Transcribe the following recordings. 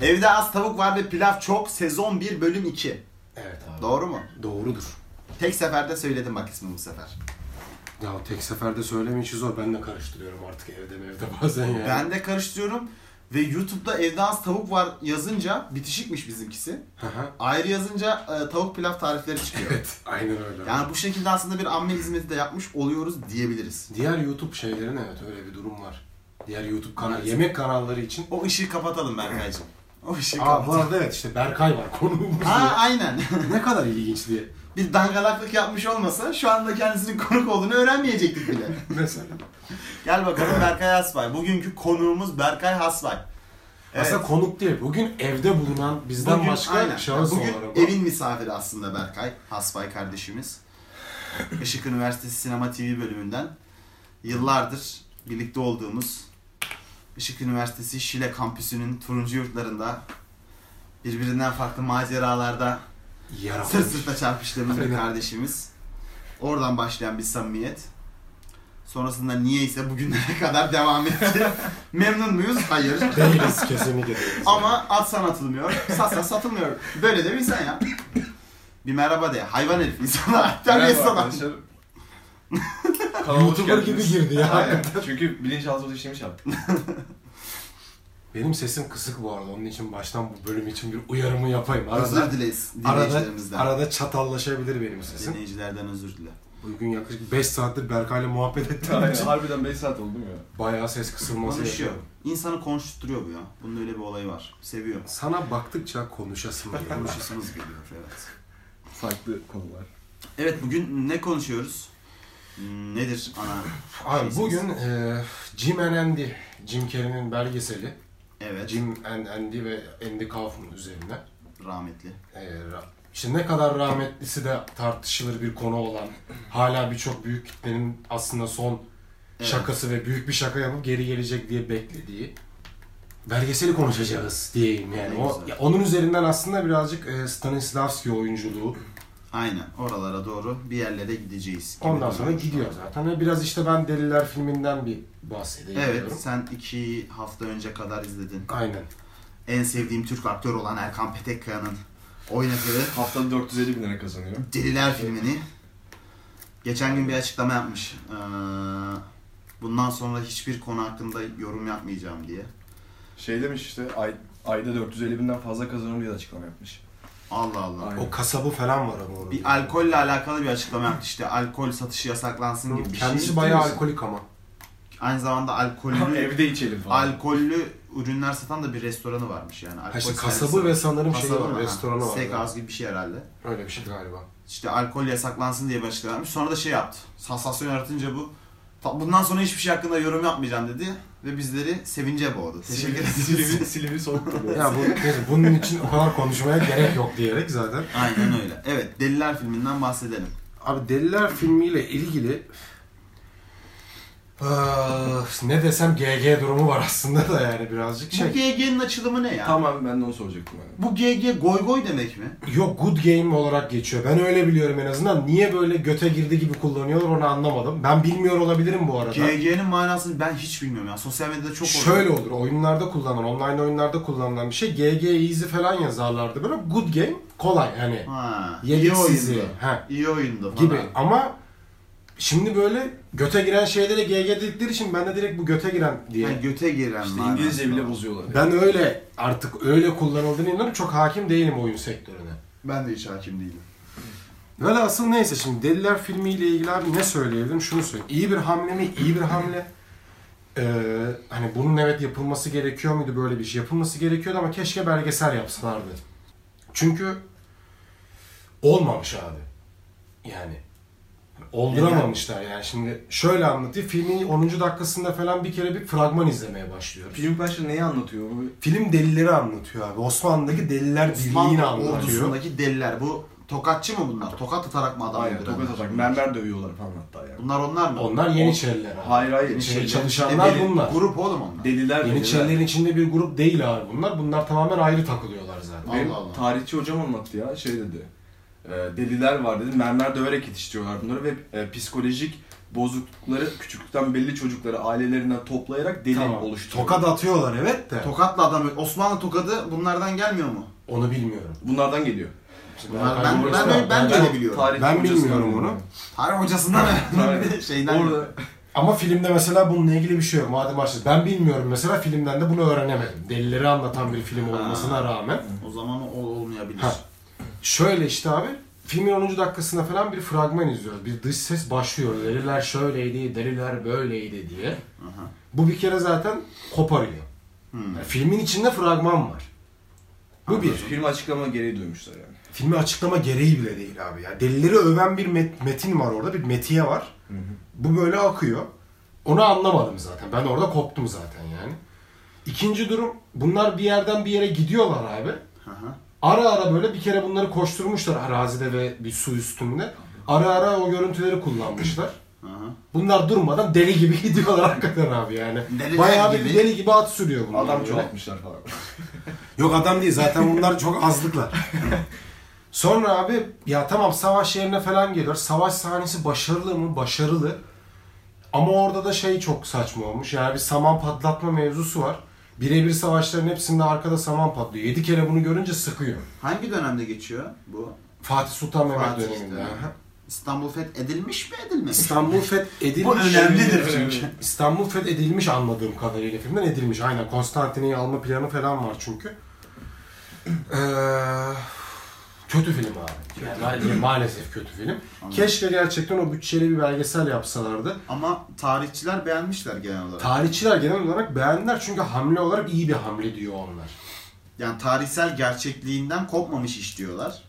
Evde az tavuk var ve pilav çok. Sezon 1 bölüm 2. Evet abi. Doğru mu? Doğrudur. Tek seferde söyledim bak ismini bu sefer. Ya tek seferde söyleme işi zor. Ben de karıştırıyorum artık evde evde bazen yani. Ben de karıştırıyorum. Ve YouTube'da evde az tavuk var yazınca bitişikmiş bizimkisi. Hı hı. Ayrı yazınca e, tavuk pilav tarifleri çıkıyor. evet. Aynen öyle. Yani bu şekilde aslında bir amme hizmeti de yapmış oluyoruz diyebiliriz. Diğer YouTube şeylerin evet öyle bir durum var. Diğer YouTube kanal, yemek kanalları için. O ışığı kapatalım Berkay'cığım. O ışığı Aa bu kapatalım. arada evet işte Berkay var konuğumuz. Ha aynen. ne kadar ilginç diye. Bir dangalaklık yapmış olmasa şu anda kendisinin konuk olduğunu öğrenmeyecektik bile. Mesela. Gel bakalım Berkay Hasbay. Bugünkü konuğumuz Berkay Hasbay. Evet. Aslında konuk değil. Bugün evde bulunan bizden Bugün- başka aynen. şahıs Bugün olarak. evin misafiri aslında Berkay. Hasbay kardeşimiz. Işık Üniversitesi Sinema TV bölümünden. Yıllardır birlikte olduğumuz Işık Üniversitesi Şile Kampüsü'nün turuncu yurtlarında birbirinden farklı maceralarda Yer sırt almış. sırta çarpıştığımız bir Aynen. kardeşimiz. Oradan başlayan bir samimiyet. Sonrasında niyeyse bugünlere kadar devam etti. Memnun muyuz? Hayır. Değiliz kesinlikle değiliz. Ama atsan atılmıyor, satsan satılmıyor. Böyle de bir insan ya. Bir merhaba de. Hayvan herif insana. Terbiyesiz adam. Kanala hoş YouTuber gibi geldiniz. girdi ya. Aynen. Çünkü bilinçaltı işlemiş yaptım. Benim sesim kısık bu arada. Onun için baştan bu bölüm için bir uyarımı yapayım. Arada, Özür dileyiz arada, dinleyicilerimizden. arada çatallaşabilir benim sesim. Dinleyicilerden özür dile. Bugün yaklaşık 5 saattir Berkay'la muhabbet ettiğim Aynen. için Harbiden 5 saat oldu mu ya? bayağı ses kısılması Konuşuyor. yaşıyorum. İnsanı konuşturuyor bu ya. Bunun öyle bir olayı var. Seviyor. Sana baktıkça konuşasım geliyor. Konuşasımız geliyor evet. Farklı konular. Evet bugün ne konuşuyoruz? Nedir ana? Abi şeysiniz? bugün e, Jim and Andy, Jim Carrey'nin belgeseli. Evet. Jim and Andy ve Andy Kaufman üzerine. Rahmetli. E, ra- işte ne kadar rahmetlisi de tartışılır bir konu olan, hala birçok büyük kitlenin aslında son Evet. şakası ve büyük bir şaka yapıp geri gelecek diye beklediği belgeseli konuşacağız diyeyim yani. Ne O, güzel. ya onun üzerinden aslında birazcık e, Stanislavski oyunculuğu, Aynen. Oralara doğru bir yerlere gideceğiz. Gibi Ondan sonra duruyor şu gidiyor an. zaten. Ve biraz işte ben Deliler filminden bir bahsedeyim Evet. diyorum. Sen iki hafta önce kadar izledin. Aynen. en sevdiğim Türk aktör olan Erkan Petekkaya'nın oynadığı Haftada 450 bin lira kazanıyor. Deliler filmini geçen gün bir açıklama yapmış. Ee, bundan sonra hiçbir konu hakkında yorum yapmayacağım diye. Şey demiş işte ay, ayda 450 binden fazla kazanıyorum diye de açıklama yapmış. Allah Allah. Aynen. O kasabı falan var ama onun. Bir alkolle alakalı bir açıklama yaptı işte alkol satışı yasaklansın gibi bir Kendisi şey. bayağı misin? alkolik ama. Aynı zamanda alkollü Evde içelim falan. alkollü ürünler satan da bir restoranı varmış yani. Alkol Ha işte servisi kasabı var. ve sanırım şey Kasabı mı? var, Ha, restoranı var. Steakhouse gibi bir şey herhalde. Öyle bir şey galiba. İşte alkol yasaklansın diye bir açıklama yapmış. Sonra da şey yaptı. Sansasyon yaratınca bu. "Ta- Bundan sonra hiçbir şey hakkında yorum yapmayacağım dedi. Ve bizleri sevince boğdu. Teşekkür ederiz. Silivri, silivri soğuk duruyor. ya bu, neyse, bunun için o kadar konuşmaya gerek yok diyerek zaten. Aynen öyle. Evet Deliler filminden bahsedelim. Abi Deliler filmiyle ilgili Ah, ne desem GG durumu var aslında da yani birazcık Bu şey. GG'nin açılımı ne ya? Tamam ben de onu soracaktım. Yani. Bu GG goy goy demek mi? Yok Good Game olarak geçiyor. Ben öyle biliyorum en azından. Niye böyle göte girdi gibi kullanıyorlar onu anlamadım. Ben bilmiyor olabilirim bu arada. GG'nin manasını ben hiç bilmiyorum ya. Sosyal medyada çok oluyor. Şöyle olur. Oyunlarda kullanılan, online oyunlarda kullanılan bir şey. GG easy falan yazarlardı böyle. Good game kolay hani. Ha, iyi Yedik sizi. oyundu. He. İyi oyundu falan. Gibi. Ama şimdi böyle göte giren şeylere GG dedikleri için ben de direkt bu göte giren diye. Ha, göte giren İşte manası İngilizce bile var. bozuyorlar. yani. Ben öyle artık öyle kullanıldığını inanıyorum. Çok hakim değilim oyun sektörüne. Ben de hiç hakim değilim. Velhasıl neyse şimdi Deliler filmiyle ilgili abi ne söyleyebilirim? Şunu söyleyeyim. İyi bir hamle mi? İyi bir hamle. Ee, hani bunun evet yapılması gerekiyor muydu böyle bir şey? Yapılması gerekiyordu ama keşke belgesel yapsalardı. Çünkü olmamış abi. Yani olduramamışlar yani. Şimdi şöyle anlatayım. Filmin 10. dakikasında falan bir kere bir fragman izlemeye başlıyoruz. Film başta neyi anlatıyor? Bu Film delileri anlatıyor abi. Osmanlı'daki deliler birliğini Osmanlı anlatıyor. ordusundaki deliler. Bu tokatçı mı bunlar? Tokat atarak mı adam Aynen öldürenler? tokat atak. Mermer dövüyorlar falan hatta yani. Bunlar onlar mı? Onlar Yeniçeriler abi. Hayır hayır. Şey, Şey, çalışanlar Deli- bunlar. Grup oğlum onlar. deliler deliler. Yeniçerilerin içinde bir grup değil abi bunlar. Bunlar tamamen ayrı takılıyorlar zaten. Benim Allah Allah. tarihçi hocam anlattı ya Ee, şey dedi. E, deliler var dedi. Mermer döverek yetiştiriyorlar bunları ve e, psikolojik bozuklukları küçüklükten belli çocukları ailelerinden toplayarak deli Tamam. oluşturuyor. Tokat atıyorlar evet de. Tokatlı adam Osmanlı tokadı bunlardan gelmiyor mu? Onu bilmiyorum. Bunlardan geliyor. Bunlar- ben- bunu- ben- ben- ben- de biliyorum. tarih Ben hocasından bilmiyorum biliyorum. onu. Tarih hocasından Tarih. şeyden. Orada Ama filmde mesela bununla ilgili bir şey yok. Madem açtı. Ben bilmiyorum mesela filmden de bunu öğrenemedim. Delileri anlatan bir film olmasına rağmen. O zaman o olmayabilir. Ha. Şöyle işte abi. Filmin 10. dakikasında falan bir fragman izliyoruz. Bir dış ses başlıyor. Deliler şöyleydi, deliler böyleydi diye. Aha. Bu bir kere zaten koparıyor. Hmm. Yani filmin içinde fragman var. Bu bir. film açıklama gereği duymuşlar yani. Filmi açıklama gereği bile değil abi ya. Delileri öven bir met- metin var orada. Bir metiye var. Bu böyle akıyor. Onu anlamadım zaten. Ben orada koptum zaten yani. İkinci durum bunlar bir yerden bir yere gidiyorlar abi. Aha. Ara ara böyle bir kere bunları koşturmuşlar arazide ve bir su üstünde. Ara ara o görüntüleri kullanmışlar. Aha. Bunlar durmadan deli gibi gidiyorlar arkadan abi yani. Deliler Bayağı bir gibi. deli gibi at sürüyor bunlar. Adam böyle. çoğaltmışlar falan. Yok adam değil zaten bunlar çok azlıklar. Sonra abi ya tamam savaş yerine falan geliyor. Savaş sahnesi başarılı mı? Başarılı. Ama orada da şey çok saçma olmuş. Yani bir saman patlatma mevzusu var. Birebir savaşların hepsinde arkada saman patlıyor. 7 kere bunu görünce sıkıyor. Hangi dönemde geçiyor bu? Fatih Sultan Mehmet Fatih döneminde. dönemi. Aha. İstanbul fethedilmiş mi edilmemiş? İstanbul fethedilmiş. Bu önemlidir çünkü. İstanbul fethedilmiş anladığım kadarıyla filmden edilmiş. Aynen Konstantin'i alma planı falan var çünkü. Ee, kötü film abi. Yani maalesef kötü film. Keşke gerçekten o bütçeli bir belgesel yapsalardı. Ama tarihçiler beğenmişler genel olarak. Tarihçiler genel olarak beğendiler çünkü hamle olarak iyi bir hamle diyor onlar. yani tarihsel gerçekliğinden kopmamış iş diyorlar.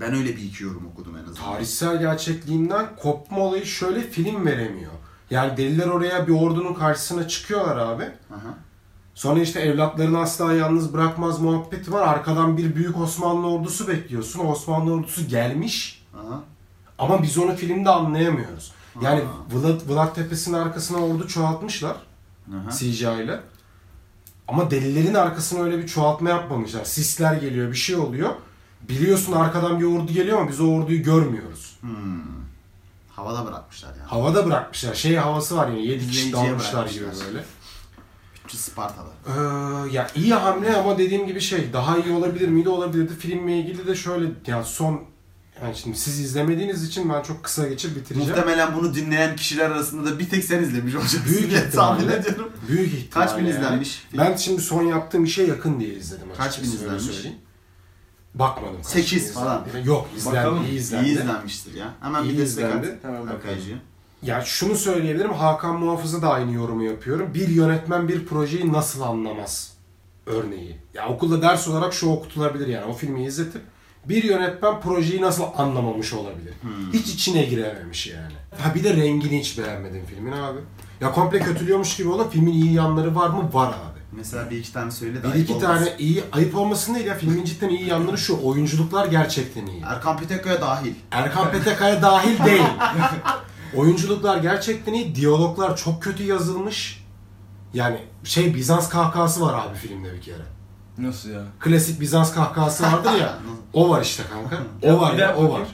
Ben öyle bir iki yorum okudum en azından. Tarihsel gerçekliğinden kopma olayı şöyle film veremiyor. Yani deliler oraya bir ordunun karşısına çıkıyorlar abi. Aha. Sonra işte evlatlarını asla yalnız bırakmaz muhabbeti var. Arkadan bir büyük Osmanlı ordusu bekliyorsun. O Osmanlı ordusu gelmiş Aha. ama biz onu filmde anlayamıyoruz. Yani Vlad, Vlad Tepesi'nin arkasına ordu çoğaltmışlar Aha. CGI ile. Ama delilerin arkasına öyle bir çoğaltma yapmamışlar. Sisler geliyor, bir şey oluyor. Biliyorsun arkadan bir ordu geliyor ama biz o orduyu görmüyoruz. Hmm. Havada bırakmışlar yani. Havada bırakmışlar. Şey havası var yani 7 kişi İzleyiciye dalmışlar gibi bırakmışlar. böyle. Bütçe Spartalı. Ee, ya iyi hamle ama dediğim gibi şey daha iyi olabilir miydi olabilirdi. Filmle ilgili de şöyle yani son yani şimdi siz izlemediğiniz için ben çok kısa geçip bitireceğim. Muhtemelen bunu dinleyen kişiler arasında da bir tek sen izlemiş olacaksın. Büyük diye tahmin ihtimalle. ediyorum. Büyük ihtimalle. Kaç bin yani. izlenmiş? Ben şimdi son yaptığım işe yakın diye izledim açıkçası. Kaç bin öyle izlenmiş? söyleyeyim. Bakmadım. kaç Sekiz bin falan. izlendi. Yok izlendi. Bakalım. iyi izlendi. İyi izlenmiştir ya. Hemen İyi bir destek izlendi. at. Hemen bakalım. Arkadaşım. Ya şunu söyleyebilirim. Hakan Muhafız'a da aynı yorumu yapıyorum. Bir yönetmen bir projeyi nasıl anlamaz? Örneği. Ya okulda ders olarak şu okutulabilir yani. O filmi izletip bir yönetmen projeyi nasıl anlamamış olabilir? Hmm. Hiç içine girememiş yani. Ha bir de rengini hiç beğenmedim filmin abi. Ya komple kötülüyormuş gibi olan filmin iyi yanları var mı? Var abi. Mesela bir iki tane söyle de Bir ayıp iki olmasın. tane iyi, ayıp olmasın değil ya filmin cidden iyi yanları şu. Oyunculuklar gerçekten iyi. Erkan Petekkaya dahil. Erkan Petekaya dahil değil. Oyunculuklar gerçekten iyi. Diyaloglar çok kötü yazılmış. Yani şey Bizans kahkahası var abi filmde bir kere. Nasıl ya? Klasik Bizans kahkahası vardır ya. O var işte kanka. O var bir ya daha o var. bakayım.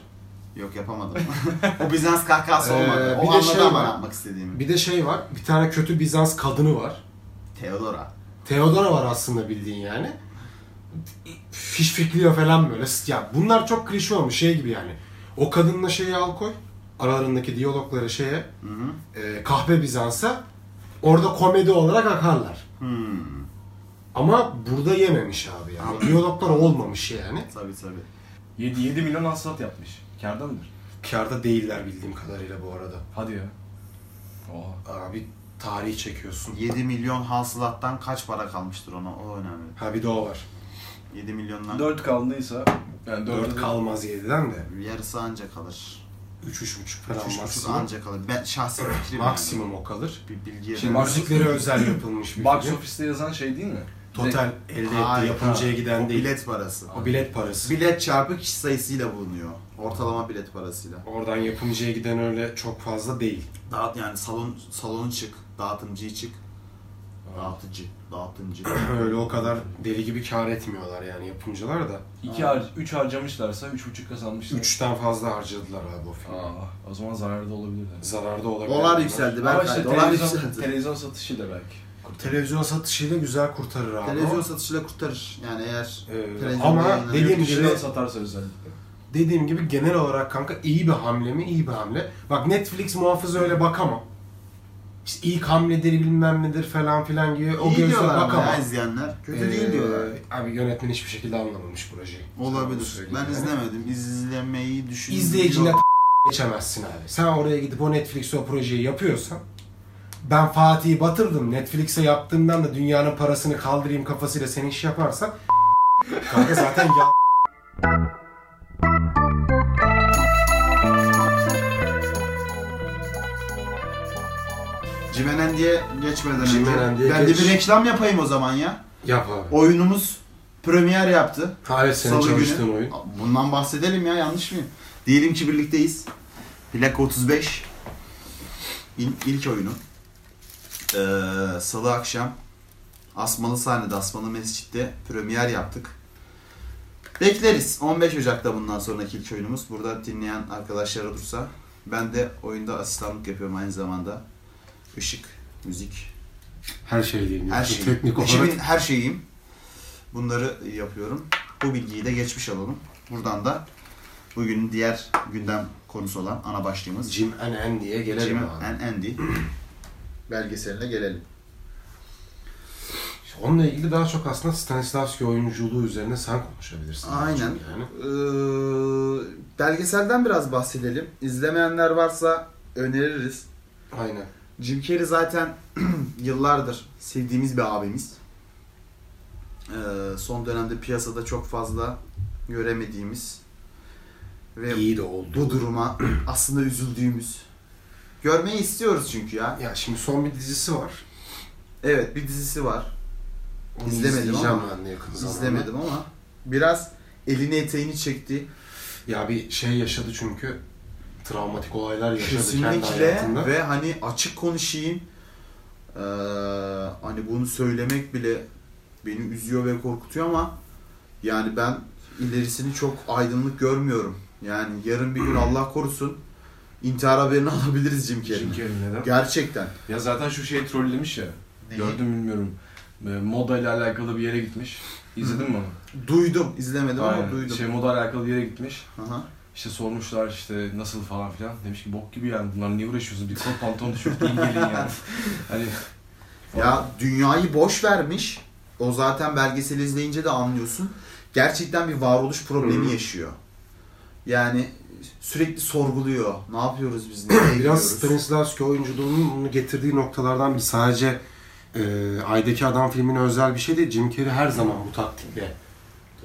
Yok yapamadım. o Bizans kahkahası olmadı. Ee, o bir de anladı şey ama var. yapmak istediğimi. Bir de şey var. Bir tane kötü Bizans kadını var. Theodora. Theodora var aslında bildiğin yani. Fişfikliyor falan böyle. Ya bunlar çok klişe olmuş şey gibi yani. O kadınla şeyi al koy. Aralarındaki diyalogları şeye. e, kahve Bizans'a. Orada komedi olarak akarlar. Hmm. Ama burada yememiş abi yani. Diyaloglar olmamış yani. Tabii tabii. 7, 7 milyon hasılat yapmış. Kârda mıdır? Karda değiller bildiğim kadarıyla bu arada. Hadi ya. Oha. Abi tarih çekiyorsun. 7 milyon hasılattan kaç para kalmıştır ona? O önemli. Ha bir de o var. 7 milyondan 4 kaldıysa yani 4 4 kalmaz 7'den de. yarısı anca kalır. 3-3,5 Üç, falan üç buçuk maksimum. anca kalır. Ben şahsi fikrim yani. Maksimum o kalır. Bir bilgiye Şimdi ben- Müzikleri özel yapılmış bir Box film. office'te yazan şey değil mi? Total elde etti Hayır, yapımcıya ha. giden O değil. bilet parası. O bilet parası. Bilet çarpı kişi sayısıyla bulunuyor. Ortalama bilet parasıyla. Oradan yapımcıya giden öyle çok fazla değil. Dağıt yani salon salonu çık, dağıtımcıyı çık. Dağıtıcı. Dağıtıcı. Öyle o kadar deli gibi kar etmiyorlar yani yapımcılar da. 2 har 3 harcamışlarsa 3,5 kazanmışlar. Üçten fazla harcadılar abi o filmi. Aa, o zaman zararda olabilirler. Zararda olabilir. Dolar yükseldi Ama Berkay. işte dolar televizyon, yükseldi. televizyon satışıyla belki. Televizyon satışıyla güzel kurtarır abi. Televizyon o. satışıyla kurtarır. Yani eğer Ee, televizyon ama yayınlanıyor. dediğim Yurt dışına gibi satarsa özellikle. dediğim gibi genel olarak kanka iyi bir hamle mi? İyi bir hamle. Bak Netflix muhafızı öyle bakamam. İşte ilk hamledir bilmem nedir falan filan gibi o iyi gözle diyorlar ama bakamam. ya izleyenler. Kötü değil Ee, diyorlar. Abi yönetmen hiçbir şekilde anlamamış projeyi. Sana Olabilir. söyleyeyim Ben yani. izlemedim. İzlemeyi düşünüyorum. İzleyicine geçemezsin abi. Sen oraya gidip o Netflix'e o projeyi yapıyorsan ben Fatih'i batırdım. Netflix'e yaptığımdan da dünyanın parasını kaldırayım kafasıyla sen iş yaparsan kanka zaten ya Cimenen diye geçmeden Cimenen önce. diye ben geç. de bir reklam yapayım o zaman ya. yap abi. Oyunumuz premier yaptı. Hala senin Salı çalıştığın günü. oyun. Bundan bahsedelim ya yanlış mıyım? Diyelim ki birlikteyiz. Plaka 35. İl- ilk oyunu. Ee, Salı akşam Asmalı sahnede, Asmalı Mescid'de premier yaptık. Bekleriz. 15 Ocak'ta bundan sonraki ilk oyunumuz. Burada dinleyen arkadaşlar olursa. Ben de oyunda asistanlık yapıyorum aynı zamanda. Işık, müzik, Her şey değil. her Şu şeyim. Teknik olarak. İşimin her şeyiyim. Bunları yapıyorum. Bu bilgiyi de geçmiş olalım. Buradan da bugünün diğer gündem konusu olan ana başlığımız Jim and Andy'ye gelelim Jim abi. and Andy belgeseline gelelim. İşte Onunla ilgili daha çok aslında Stanislavski oyunculuğu üzerine sen konuşabilirsin. Aynen. Yani. Ee, belgeselden biraz bahsedelim. İzlemeyenler varsa öneririz. Aynen. Jim Carrey zaten yıllardır sevdiğimiz bir abimiz. Ee, son dönemde piyasada çok fazla göremediğimiz ve İyi de oldu. bu duruma aslında üzüldüğümüz. Görmeyi istiyoruz çünkü ya. Ya şimdi son bir dizisi var. Evet bir dizisi var. Onu İzlemedim izleyeceğim ama. ben de yakın zamanda. İzlemedim ama biraz elini eteğini çekti. Ya bir şey yaşadı çünkü. Travmatik olaylar yaşadı kendi Kesinlikle hayatında. ve hani açık konuşayım. Ee, hani bunu söylemek bile beni üzüyor ve korkutuyor ama yani ben ilerisini çok aydınlık görmüyorum. Yani yarın bir gün Allah korusun intihar haberini alabiliriz Jim Jim Carrey'in. Carrey neden? Gerçekten. Ya zaten şu şeyi trollemiş ya. Gördüm bilmiyorum. E, Moda ile alakalı bir yere gitmiş. İzledin mi onu? Duydum. izlemedim ama Aynen. duydum. Şey moda ile alakalı bir yere gitmiş. Aha. İşte sormuşlar işte nasıl falan filan. Demiş ki bok gibi yani bunlar niye uğraşıyorsunuz? Bir kol pantolon tişört giyin gelin yani. Hani Ya dünyayı boş vermiş. O zaten belgeseli izleyince de anlıyorsun. Gerçekten bir varoluş problemi Hı. yaşıyor. Yani sürekli sorguluyor. Ne yapıyoruz biz? Nereye Biraz gidiyoruz? Stanislavski oyunculuğunun onu getirdiği noktalardan bir sadece e, Ay'daki Adam filmine özel bir şey değil. Jim Carrey her zaman bu taktikle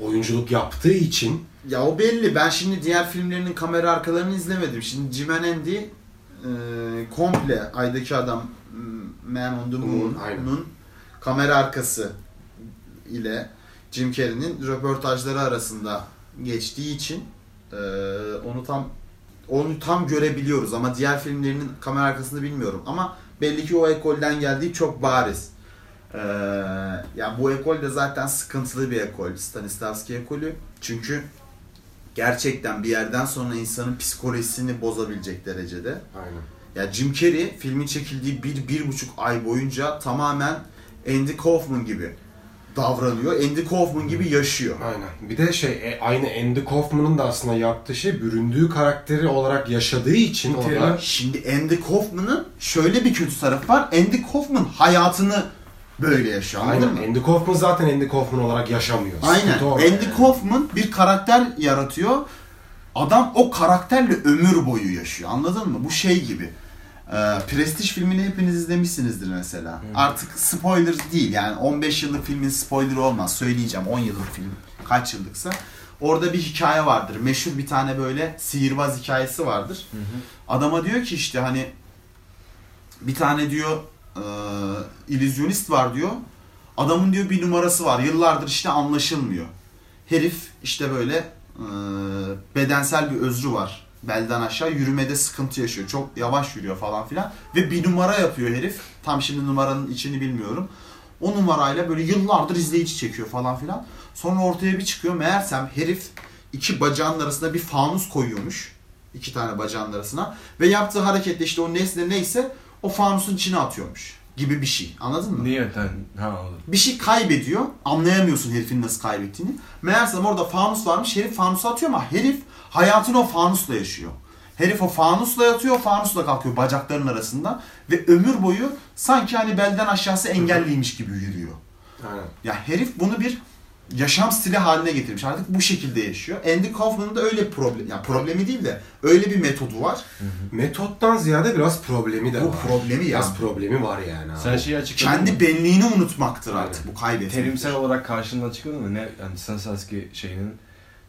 oyunculuk yaptığı için Ya o belli. Ben şimdi diğer filmlerinin kamera arkalarını izlemedim. Şimdi Jim and Andy e, komple Ay'daki Adam m, Man on the Moon, aynen. Moon'un kamera arkası ile Jim Carrey'nin röportajları arasında geçtiği için e, onu tam onu tam görebiliyoruz ama diğer filmlerinin kamera arkasını bilmiyorum ama belli ki o ekolden geldiği çok bariz. E, ya bu ekol de zaten sıkıntılı bir ekol. Stanislavski ekolü. Çünkü gerçekten bir yerden sonra insanın psikolojisini bozabilecek derecede. Aynen. Ya Jim Carrey filmin çekildiği bir, bir buçuk ay boyunca tamamen Andy Kaufman gibi davranıyor. Andy Kaufman gibi yaşıyor. Aynen. Bir de şey e, aynı Andy Kaufman'ın da aslında yaptığı şey büründüğü karakteri olarak yaşadığı için o da Şimdi Andy Kaufman'ın şöyle bir kötü tarafı var. Andy Kaufman hayatını böyle yaşıyor. Anladın Aynen. mı? Andy Kaufman zaten Andy Kaufman olarak yaşamıyor. Aynen. Sıkıntı orada Andy yani. Kaufman bir karakter yaratıyor. Adam o karakterle ömür boyu yaşıyor. Anladın mı? Bu şey gibi. Ee, Prestij filmini hepiniz izlemişsinizdir mesela. Artık spoiler değil yani 15 yıllık filmin spoilerı olmaz. Söyleyeceğim 10 yıllık film kaç yıllıksa. Orada bir hikaye vardır. Meşhur bir tane böyle sihirbaz hikayesi vardır. Adama diyor ki işte hani bir tane diyor e, illüzyonist var diyor. Adamın diyor bir numarası var. Yıllardır işte anlaşılmıyor. Herif işte böyle e, bedensel bir özrü var. Belden aşağı yürümede sıkıntı yaşıyor. Çok yavaş yürüyor falan filan. Ve bir numara yapıyor herif. Tam şimdi numaranın içini bilmiyorum. O numarayla böyle yıllardır izleyici çekiyor falan filan. Sonra ortaya bir çıkıyor. Meğersem herif iki bacağının arasına bir fanus koyuyormuş. İki tane bacağının arasına. Ve yaptığı hareketle işte o nesne neyse o fanusun içine atıyormuş. Gibi bir şey. Anladın mı? Ne yöntem? Ha anladım. bir şey kaybediyor. Anlayamıyorsun herifin nasıl kaybettiğini. Meğersem orada fanus varmış. Herif fanusa atıyor ama herif hayatını o fanusla yaşıyor. Herif o fanusla yatıyor, fanusla kalkıyor bacakların arasında. Ve ömür boyu sanki hani belden aşağısı engelliymiş gibi yürüyor. Aynen. Ya herif bunu bir yaşam stili haline getirmiş. Artık bu şekilde yaşıyor. Andy Kaufman'ın da öyle bir problem, yani problemi değil de öyle bir metodu var. Metottan ziyade biraz problemi de Bu var. problemi ya. Biraz problemi var yani. abi. Sen şeyi açıkladın mı? Kendi benliğini unutmaktır artık bu kaybetmek. Terimsel olarak karşılığını açıkladın mı? Ne, yani Stanislavski şeyinin,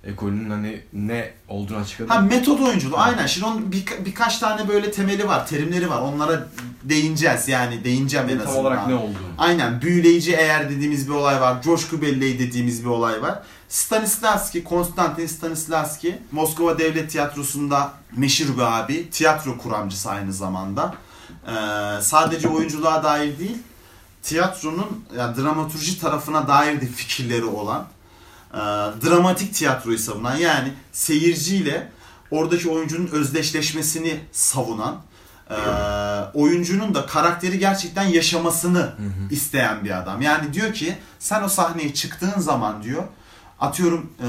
ekolünün hani ne olduğunu açıkladın Ha mı? metod oyunculuğu aynen. Şimdi onun birka- birkaç tane böyle temeli var, terimleri var. Onlara değineceğiz yani değineceğim en Tam azından. olarak ne olduğunu. Aynen büyüleyici eğer dediğimiz bir olay var. Coşku belleği dediğimiz bir olay var. Stanislavski, Konstantin Stanislavski Moskova Devlet Tiyatrosu'nda meşhur bir abi. Tiyatro kuramcısı aynı zamanda. Ee, sadece oyunculuğa dair değil, tiyatronun yani dramaturji tarafına dair de fikirleri olan, e, dramatik tiyatroyu savunan yani seyirciyle oradaki oyuncunun özdeşleşmesini savunan, e, oyuncunun da karakteri gerçekten yaşamasını Hı hı. isteyen bir adam. Yani diyor ki sen o sahneye çıktığın zaman diyor atıyorum e,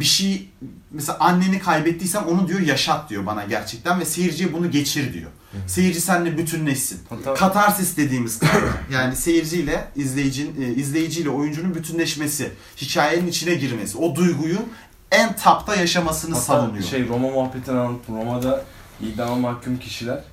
bir şey mesela anneni kaybettiysen onu diyor yaşat diyor bana gerçekten ve seyirciye bunu geçir diyor. Seyirci seninle bütünleşsin. Hatta- Katarsis dediğimiz kavram. yani seyirciyle izleyicinin e, izleyiciyle oyuncunun bütünleşmesi, hikayenin içine girmesi, o duyguyu en tapta yaşamasını Hatta savunuyor. Şey Roma muhabbetini anlattım. Roma'da idama mahkum kişiler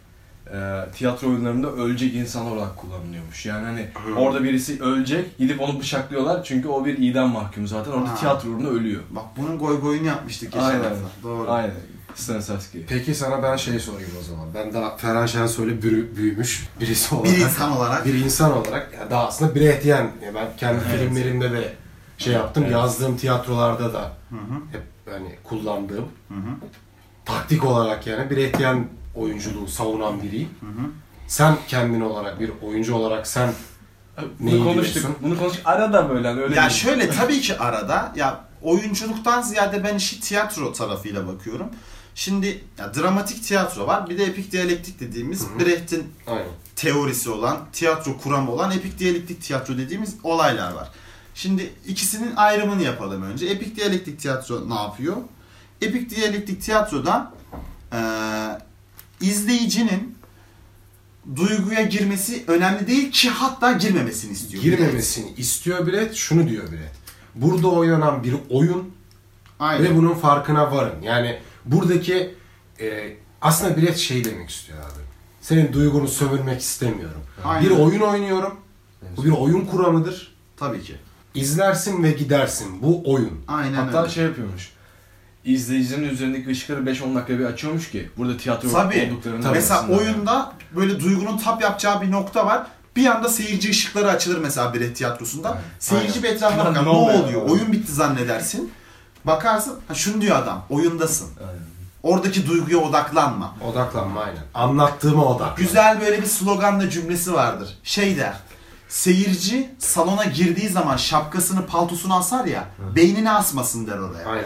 e, tiyatro oyunlarında ölecek insanlar olarak kullanılıyormuş. Yani hani Hı. orada birisi ölecek gidip onu bıçaklıyorlar çünkü o bir idam mahkumu zaten. Orada Ha. tiyatro uğruna ölüyor. Bak bunun goy goyunu yapmıştık geçen Aynen. hafta. Doğru. Aynen. Stanislavski. Peki sana ben şey sorayım o zaman. Ben daha Ferhan Şensoy'la bürü- büyümüş birisi olarak. Bir insan olarak bir insan olarak ya daha aslında Brehtiyen. Ya ben kendi Evet. filmlerimde de şey yaptım. Evet. Yazdığım tiyatrolarda da Hı hı, hep hani kullandığım hı hı, taktik olarak yani Brehtiyen oyunculuğu savunan biriyim. hı hı. Sen kendin olarak bir oyuncu olarak sen Neyi Bunu konuştuk. biliyorsun? Bunu konuştuk. Arada böyle hani öyle Ya değil. şöyle tabii ki arada ya oyunculuktan ziyade ben işi tiyatro tarafıyla bakıyorum. Şimdi ya dramatik tiyatro var. Bir de epik diyalektik dediğimiz Hı hı. Brecht'in aynen. teorisi olan, tiyatro kuramı olan epik diyalektik tiyatro dediğimiz olaylar var. Şimdi ikisinin ayrımını yapalım önce. Epik diyalektik tiyatro ne yapıyor? Epik diyalektik tiyatroda eee, izleyicinin duyguya girmesi önemli değil ki hatta girmemesini istiyor. girmemesini istiyor bilet. Şunu diyor bilet. Burada oynanan bir oyun Aynen. Ve bunun farkına varın. Yani buradaki e, aslında bilet şey demek istiyor abi. Senin duygunu sömürmek istemiyorum. Aynen. Bir oyun oynuyorum. Bu bir oyun kuramıdır. Tabii ki. İzlersin ve gidersin. Bu oyun. Aynen Hatta öyle. şey yapıyormuş. İzleyicinin üzerindeki ışıkları 5-10 dakika bir açıyormuş ki burada tiyatro Tabii. olduklarını Mesela anlasınlar. oyunda böyle duygunun tap yapacağı bir nokta var. Bir anda seyirci ışıkları açılır mesela bilet tiyatrosunda. Aynen. Seyirci bir etrafına Lan bakar. Ne ne oluyor? oluyor? Oyun bitti zannedersin. Bakarsın. Ha şunu diyor adam. Oyundasın. Aynen. Oradaki duyguya odaklanma. Odaklanma aynen. Anlattığıma odak. Güzel böyle bir sloganla cümlesi vardır. Şey der. Seyirci salona girdiği zaman şapkasını paltosunu asar ya. Beynini asmasın der oraya. Aynen.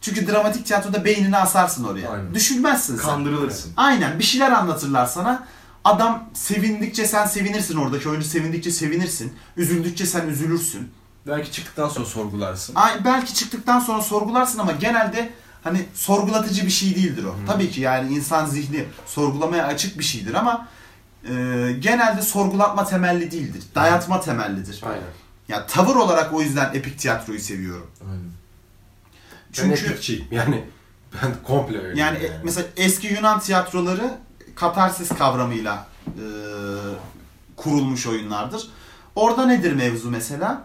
Çünkü dramatik tiyatroda beynini asarsın oraya. Aynen. Düşünmezsin sen. Kandırılırsın. Aynen bir şeyler anlatırlar sana. Adam sevindikçe sen sevinirsin oradaki oyuncu sevindikçe sevinirsin. Üzüldükçe sen üzülürsün. Belki çıktıktan sonra sorgularsın. Ay, belki çıktıktan sonra sorgularsın ama genelde hani sorgulatıcı bir şey değildir o. Tabii ki yani insan zihni sorgulamaya açık bir şeydir ama e, genelde sorgulatma temelli değildir. Dayatma temellidir. Ya Aynen. tavır olarak o yüzden epik tiyatroyu seviyorum. Aynen. Çünkü Çünkü- ben epikçiyim. Yani ben komple öyle. Yani e, mesela eski Yunan tiyatroları katarsis kavramıyla e, kurulmuş oyunlardır. Orada nedir mevzu mesela?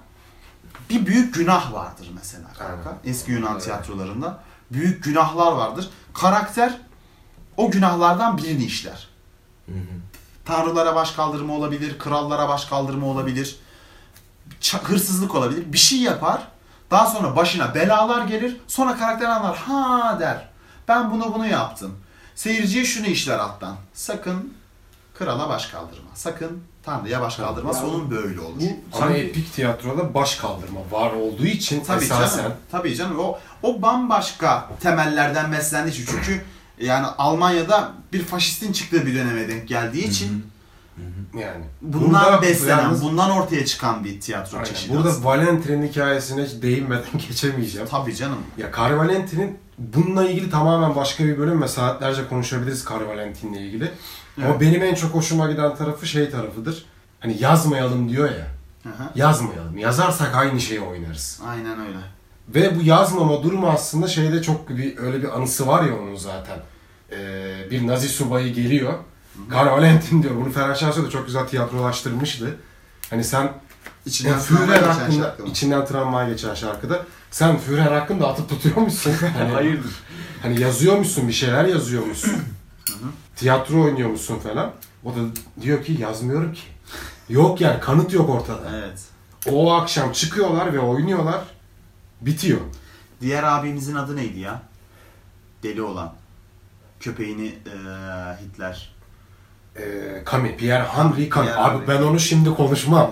Bir büyük günah vardır mesela kanka. Aynen. Eski Yunan Evet. tiyatrolarında büyük günahlar vardır. Karakter o günahlardan birini işler. Hı hı. Tanrılara baş kaldırma olabilir, krallara baş kaldırma olabilir, ça- hırsızlık olabilir. Bir şey yapar, daha sonra başına belalar gelir, sonra karakter anlar, ha der, ben bunu bunu yaptım. Seyirciye şunu işler alttan, sakın krala baş kaldırma, sakın Tamam da ya baş kaldırmaz Ya- onun böyle olur. Bu Ama sanki epik tiyatroda baş kaldırma var olduğu için Tabii esasen canım. Tabii canım. O o bambaşka temellerden beslendiği için. Çünkü yani Almanya'da bir faşistin çıktığı bir döneme denk geldiği için yani. bundan Burada beslenen, yalnız- bundan ortaya çıkan bir tiyatro Aynen. çeşidi. Burada aslında. Valentin'in hikayesine hiç değinmeden geçemeyeceğim. tabii canım. Ya Kar Valentin'in bununla ilgili tamamen başka bir bölüm ve saatlerce konuşabiliriz Kar Valentin'le ilgili. Ama Evet. benim en çok hoşuma giden tarafı şey tarafıdır. Hani yazmayalım diyor ya. Hı hı. Yazmayalım. Yazarsak aynı şeyi oynarız. Aynen öyle. Ve bu yazmama durumu aslında şeyde çok bir öyle bir anısı var ya onun zaten. Ee, bir Nazi subayı geliyor. Kar Valentin diyor. Bunu Ferhan Şensoy da çok güzel tiyatrolaştırmıştı. Hani sen İçinden yani Führer Führer geçen hakkında, şarkı var. içinden travmaya geçen şarkıda sen Führer hakkında atıp tutuyormuşsun. Hani, Hayırdır? Hani yazıyormuşsun, bir şeyler yazıyormuşsun. Tiyatro oynuyormuşsun falan. O da diyor ki yazmıyorum ki. Yok yani kanıt yok ortada. Evet. O akşam çıkıyorlar ve oynuyorlar. Bitiyor. Diğer abimizin adı neydi ya? Deli olan. Köpeğini eee, Hitler. Ee, Kami, Pierre Henry Kami. Pierre Abi Henry. ben onu şimdi konuşmam.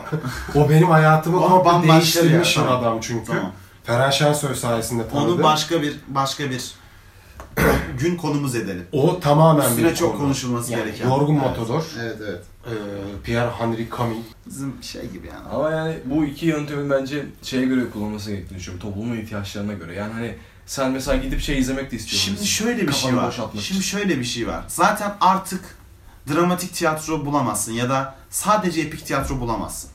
o benim hayatımı Onu komple bambaşka bir değiştirmiş yer, bir tamam. adam çünkü. Tamam. Ferhan Şensoy sayesinde tanıdım. Onu başka bir başka bir gün konumuz edelim. o tamamen Üstüne bir çok konu. konuşulması Yani gereken. Yorgun Evet. Matador, Evet evet. ee, Pierre Henry Kami. Bizim şey gibi yani. Ama yani bu iki yöntemin bence şeye göre kullanılması gerektiğini düşünüyorum. Toplumun ihtiyaçlarına göre. Yani hani sen mesela gidip şey izlemek de istiyorsun. Şimdi şöyle bir şey Kafanı var. boşaltmak Şimdi için. şöyle bir şey var. Zaten artık dramatik tiyatro bulamazsın ya da sadece epik tiyatro bulamazsın.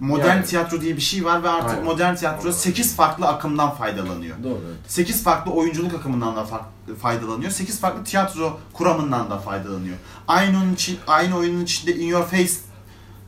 Modern Yani. tiyatro diye bir şey var ve artık Aynen. modern tiyatro Doğru. 8 farklı akımdan faydalanıyor. Doğru. evet. 8 farklı oyunculuk akımından da fark- faydalanıyor. 8 farklı tiyatro kuramından da faydalanıyor. Aynı oyunun, için, aynı oyunun içinde in your face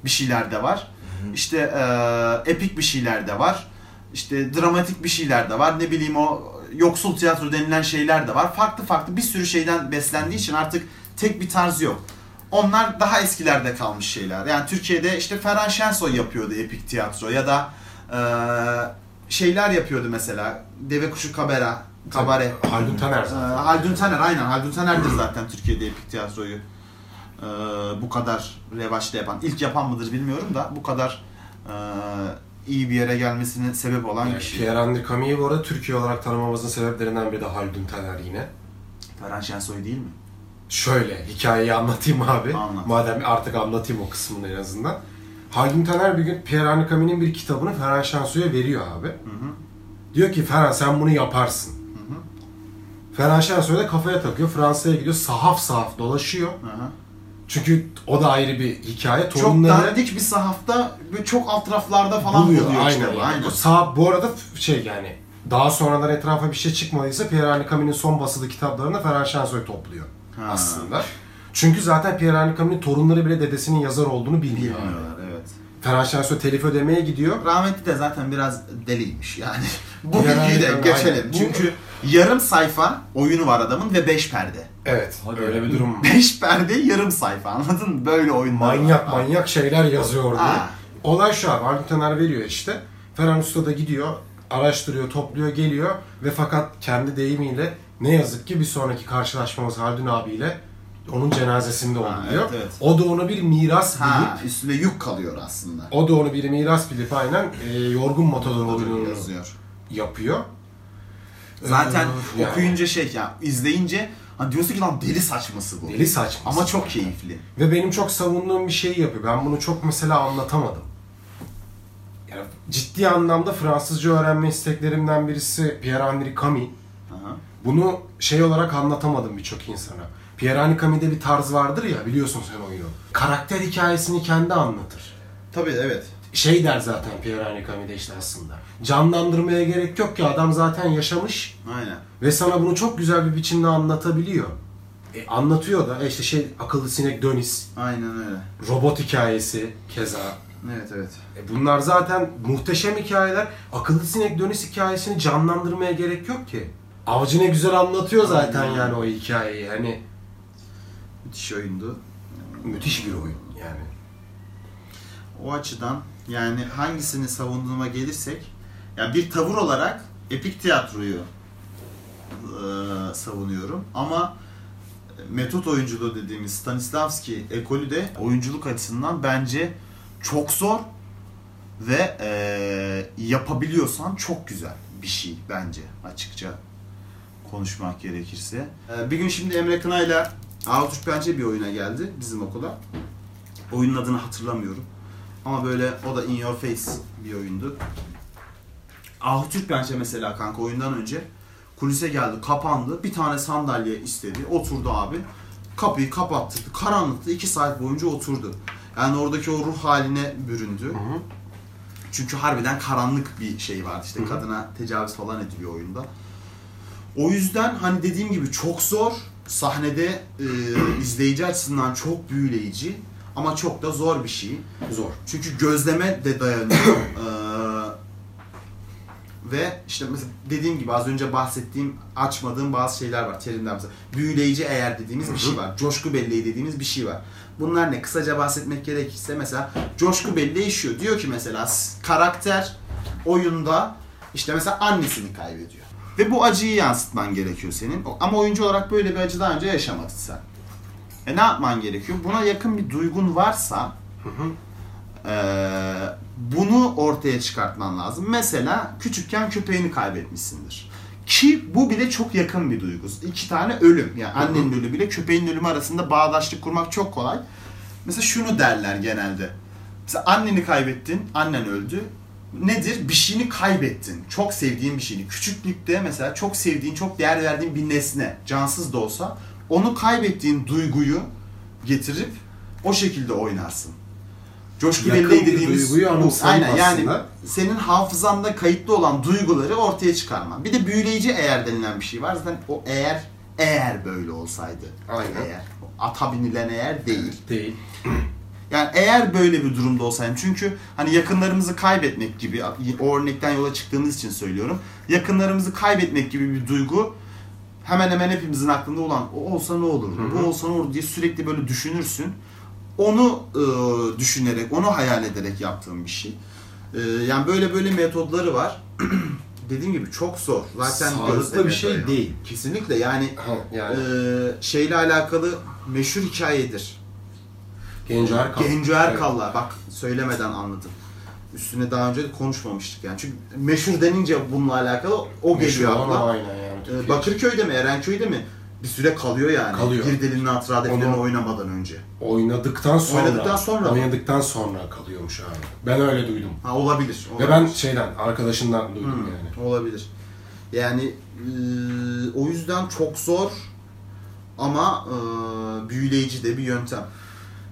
bir şeyler de var. İşte eee, epik bir şeyler de var. İşte dramatik bir şeyler de var. Ne bileyim o yoksul tiyatro denilen şeyler de var. Farklı farklı bir sürü şeyden beslendiği için artık tek bir tarz yok. Onlar daha eskilerde kalmış şeyler. Yani Türkiye'de işte Ferhan Şensoy yapıyordu epik tiyatro ya da eee, şeyler yapıyordu mesela. Deve kuşu kabera, kabare. Haldun Taner Ee, zaten. Haldun Taner aynen. Haldun Taner'dir zaten Türkiye'de epik tiyatroyu ee, bu kadar revaçta yapan. İlk yapan mıdır bilmiyorum da bu kadar ee, iyi bir yere gelmesine sebep olan Yani kişi. Pierre Henry Camille'i bu arada Türkiye olarak tanımamızın sebeplerinden biri de Haldun Taner yine. Ferhan Şensoy değil mi? Şöyle hikayeyi anlatayım abi. Anlat. Madem artık anlatayım o kısmını en azından. Haldun Taner bir gün Pierre Henry Camille'in bir kitabını Ferhan Şansu'ya veriyor abi. Diyor ki Ferhan sen bunu yaparsın. Ferhan Şansu'ya da kafaya takıyor. Fransa'ya gidiyor. Sahaf sahaf dolaşıyor. Hı hı. Çünkü o da ayrı bir hikaye. Çok Torunları... dandik bir sahafta ve çok alt raflarda falan buluyor, buluyor. Aynen. işte. bu, yani. Aynen. Bu Sağ, bu arada f- şey yani daha sonradan etrafa bir şey çıkmadıysa Pierre Henri Camille'in son basılı kitaplarını Ferhan Şensoy topluyor Ha. aslında. Çünkü zaten Pierre Henri Camille'in torunları bile dedesinin yazar olduğunu bilmiyor. Bilmiyorlar evet. Ferhan Şensoy telif ödemeye gidiyor. Rahmetli de zaten biraz deliymiş yani. Bu Yani, bilgiyi de aynen. geçelim. Bu- Çünkü yarım sayfa oyunu var adamın ve 5 perde. Evet. Hadi öyle ya. bir durum var. 5 perde yarım sayfa anladın mı? Böyle oyunlar. var. Manyak manyak şeyler yazıyor orada. Ha. Olay şu abi. Arnavut Taner veriyor işte. Ferhan Usta da gidiyor. Araştırıyor, topluyor, geliyor. Ve fakat kendi deyimiyle ne yazık ki bir sonraki karşılaşmamız Haldun abiyle onun cenazesinde oldu Ha, diyor. evet, evet. O da ona bir miras Ha, bilip üstüne yük kalıyor aslında. o da onu bir miras bilip aynen e, yorgun matador oyununu yazıyor. yapıyor. Zaten Öf, yani. okuyunca şey ya izleyince hani diyorsun ki lan deli saçması bu. Deli saçma. Ama çok keyifli. Ve benim çok savunduğum bir şeyi yapıyor. Ben bunu çok mesela anlatamadım. Yani ciddi anlamda Fransızca öğrenme isteklerimden birisi Pierre-Henri Camille. Aha. Bunu şey olarak anlatamadım birçok insana. Pierre-Henri Camille'de bir tarz vardır ya biliyorsun sen oyunu. Karakter hikayesini kendi anlatır. Tabii evet. Şey der zaten Pierre-Henri Camille'de işte aslında. Canlandırmaya gerek yok ki adam zaten yaşamış. Aynen. Ve sana bunu çok güzel bir biçimde anlatabiliyor. E, anlatıyor da e işte şey akıllı sinek Dönis, Aynen öyle. robot hikayesi keza. Evet evet. E, bunlar zaten muhteşem hikayeler. Akıllı sinek Dönis hikayesini canlandırmaya gerek yok ki. Avcı ne güzel anlatıyor zaten Aynen. yani o hikayeyi. Hani Müthiş oyundu. müthiş bir oyun yani. O açıdan yani hangisini savunduğuma gelirsek ya bir tavır olarak epik tiyatroyu e, savunuyorum ama metot oyunculuğu dediğimiz Stanislavski ekolü de oyunculuk açısından bence çok zor ve eee, yapabiliyorsan çok güzel bir şey bence açıkça konuşmak gerekirse. Ee, bir gün şimdi Emre Kınay'la Arut Üçpençe bir oyuna geldi bizim okula. Oyunun adını hatırlamıyorum. Ama böyle o da in your face bir oyundu. Ahut Üçpençe mesela kanka oyundan önce kulise geldi, kapandı. Bir tane sandalye istedi. Oturdu abi. Kapıyı kapattırdı. Karanlıkta iki saat boyunca oturdu. Yani oradaki o ruh haline büründü. hı. Çünkü harbiden karanlık bir şey vardı. İşte kadına tecavüz falan ediliyor oyunda. O yüzden hani dediğim gibi çok zor. Sahnede e, izleyici açısından çok büyüleyici ama çok da zor bir şey. Zor. Çünkü gözleme de dayanıyor. Ee, ve işte mesela dediğim gibi az önce bahsettiğim açmadığım bazı şeyler var terimler mesela. Büyüleyici eğer dediğimiz bir şey var. Coşku belleği dediğimiz bir şey var. Bunlar ne? Kısaca bahsetmek gerekirse mesela coşku belleği şu. Diyor ki mesela s- karakter oyunda işte mesela annesini kaybediyor. Ve bu acıyı yansıtman gerekiyor senin. O- Ama oyuncu olarak böyle bir acı daha önce yaşamadın sen. E ne yapman gerekiyor? Buna yakın bir duygun varsa ee, bunu ortaya çıkartman lazım. Mesela küçükken köpeğini kaybetmişsindir. Ki bu bile çok yakın bir duygu. İki tane ölüm. Yani annenin ölümüyle köpeğin ölümü arasında bağdaşlık kurmak çok kolay. Mesela şunu derler genelde. Mesela anneni kaybettin, annen öldü. Nedir? Bir şeyini kaybettin. Çok sevdiğin bir şeyini. Küçüklükte mesela çok sevdiğin, çok değer verdiğin bir nesne, cansız da olsa onu kaybettiğin duyguyu getirip o şekilde oynarsın. Coşku Yakın belleği bir dediğimiz duyguyu bu. anımsayıp Aynen yani aslında. senin hafızanda kayıtlı olan duyguları ortaya çıkarman. Bir de büyüleyici eğer denilen bir şey var. Zaten o eğer eğer böyle olsaydı. Aynen. Eğer. Ata binilen eğer değil. Değil. Yani eğer böyle bir durumda olsaydım çünkü hani yakınlarımızı kaybetmek gibi o örnekten yola çıktığımız için söylüyorum. Yakınlarımızı kaybetmek gibi bir duygu hemen hemen hepimizin aklında olan o olsa ne olur, bu olsa ne olur diye sürekli böyle düşünürsün. Onu e, düşünerek, onu hayal ederek yaptığım bir şey. E, yani böyle böyle metodları var. Dediğim gibi çok zor. Zaten Sağlıklı gözleme bir şey dayanan. değil. Kesinlikle yani, Ha, yani e, şeyle alakalı meşhur hikayedir. Genco Erkal. Genco Erkal'la bak söylemeden anladım. Üstüne daha önce de konuşmamıştık yani. Çünkü meşhur denince bununla alakalı o geliyor Meşhur olan akla. Aynen yani. Ee, Türkiye. Bakırköy'de mi Erenköy'de mi bir süre kalıyor yani. Kalıyor. Bir delinin hatırada Onu- falan oynamadan önce. Oynadıktan sonra. Oynadıktan sonra mı? Oynadıktan sonra kalıyormuş abi. Ben öyle duydum. Ha olabilir. Ve olabilir. ben şeyden, arkadaşından Hmm. duydum yani. Olabilir. Yani eee, o yüzden çok zor ama eee, büyüleyici de bir yöntem.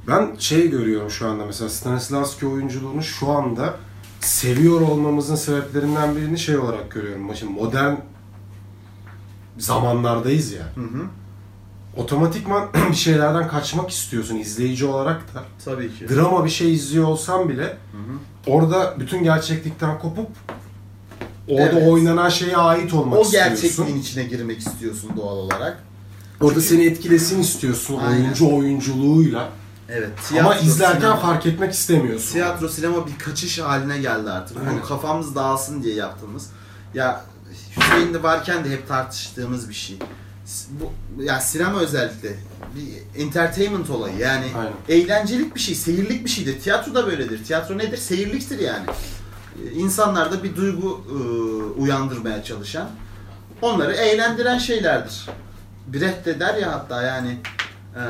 Ben şey görüyorum şu anda mesela Stanislavski oyunculuğunu şu anda seviyor olmamızın sebeplerinden birini şey olarak görüyorum. Şimdi modern zamanlardayız ya. Hı hı. Otomatikman bir şeylerden kaçmak istiyorsun izleyici olarak da. Tabii ki. Drama bir şey izliyor olsam bile orada bütün gerçeklikten kopup orada Evet. oynanan şeye ait olmak O istiyorsun. gerçekliğin içine girmek istiyorsun doğal olarak. Orada seni etkilesin istiyorsun Aynen. oyuncu oyunculuğuyla. Evet. Ama tiyatro, izlerken sinema. fark etmek istemiyorsun. Tiyatro, sinema bir kaçış haline geldi artık. Bu Aynen. kafamız dağılsın diye yaptığımız. Ya Hüseyin'de varken de hep tartıştığımız bir şey. S- Bu, ya sinema özellikle bir entertainment olayı yani Aynen. eğlencelik bir şey, seyirlik bir şeydir. Tiyatro da böyledir. Tiyatro nedir? Seyirliktir yani. Ee, İnsanlarda bir duygu e, uyandırmaya çalışan, onları eğlendiren şeylerdir. Brecht de der ya hatta yani e,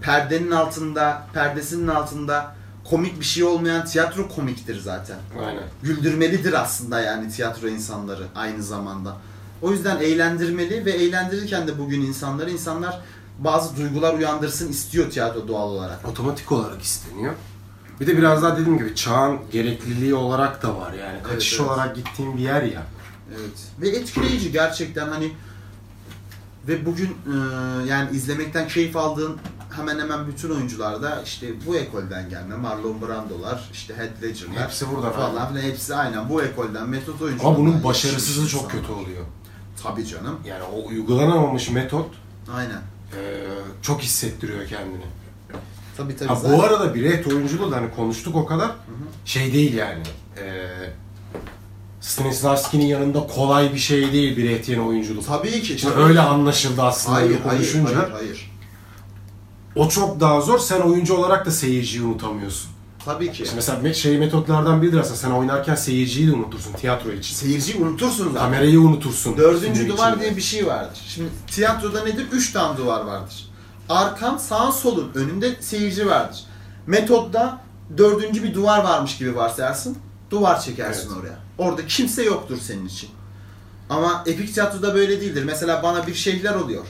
perdenin altında, perdesinin altında komik bir şey olmayan tiyatro komiktir zaten. Aynen. Güldürmelidir aslında yani tiyatro insanları aynı zamanda. O yüzden eğlendirmeli ve eğlendirirken de bugün insanları insanlar bazı duygular uyandırsın istiyor tiyatro doğal olarak. otomatik olarak isteniyor. Bir de biraz daha dediğim gibi çağın gerekliliği olarak da var yani. Kaçış evet. olarak gittiğim bir yer ya. Evet. Ve etkileyici gerçekten hani ve bugün e, yani izlemekten keyif aldığın hemen hemen bütün oyuncularda işte bu ekolden gelme Marlon Brando'lar, işte Heath Ledger'lar Hepsi burada falan falan. filan hepsi aynen bu ekolden metot oyuncular. Ama bunun başarısızı çok kötü oluyor. Tabii canım. Yani o uygulanamamış metot Aynen. eee, çok hissettiriyor kendini. Tabii tabii. Ha, zaten. bu arada Brecht oyunculuğu da hani konuştuk o kadar şey değil yani. Eee Stanislavski'nin yanında kolay bir şey değil Brecht'in oyunculuk. Tabii ki. Şimdi tabii. öyle anlaşıldı aslında hayır, öyle hayır, konuşunca. hayır, hayır. O çok daha zor. Sen oyuncu olarak da seyirciyi unutamıyorsun. Tabii ki. İşte mesela me- şey metotlardan biridir aslında. Sen oynarken seyirciyi de unutursun tiyatro için. Seyirciyi unutursun zaten. Kamerayı unutursun. Dördüncü filmin duvar içinde. diye bir şey vardır. Şimdi tiyatroda nedir? Üç tane duvar vardır. Arkan, sağın, solun. Önünde seyirci vardır. Metodda dördüncü bir duvar varmış gibi varsayarsın. Duvar çekersin oraya. Orada kimse yoktur senin için. Ama epik tiyatroda böyle değildir. Mesela bana bir şeyler oluyor.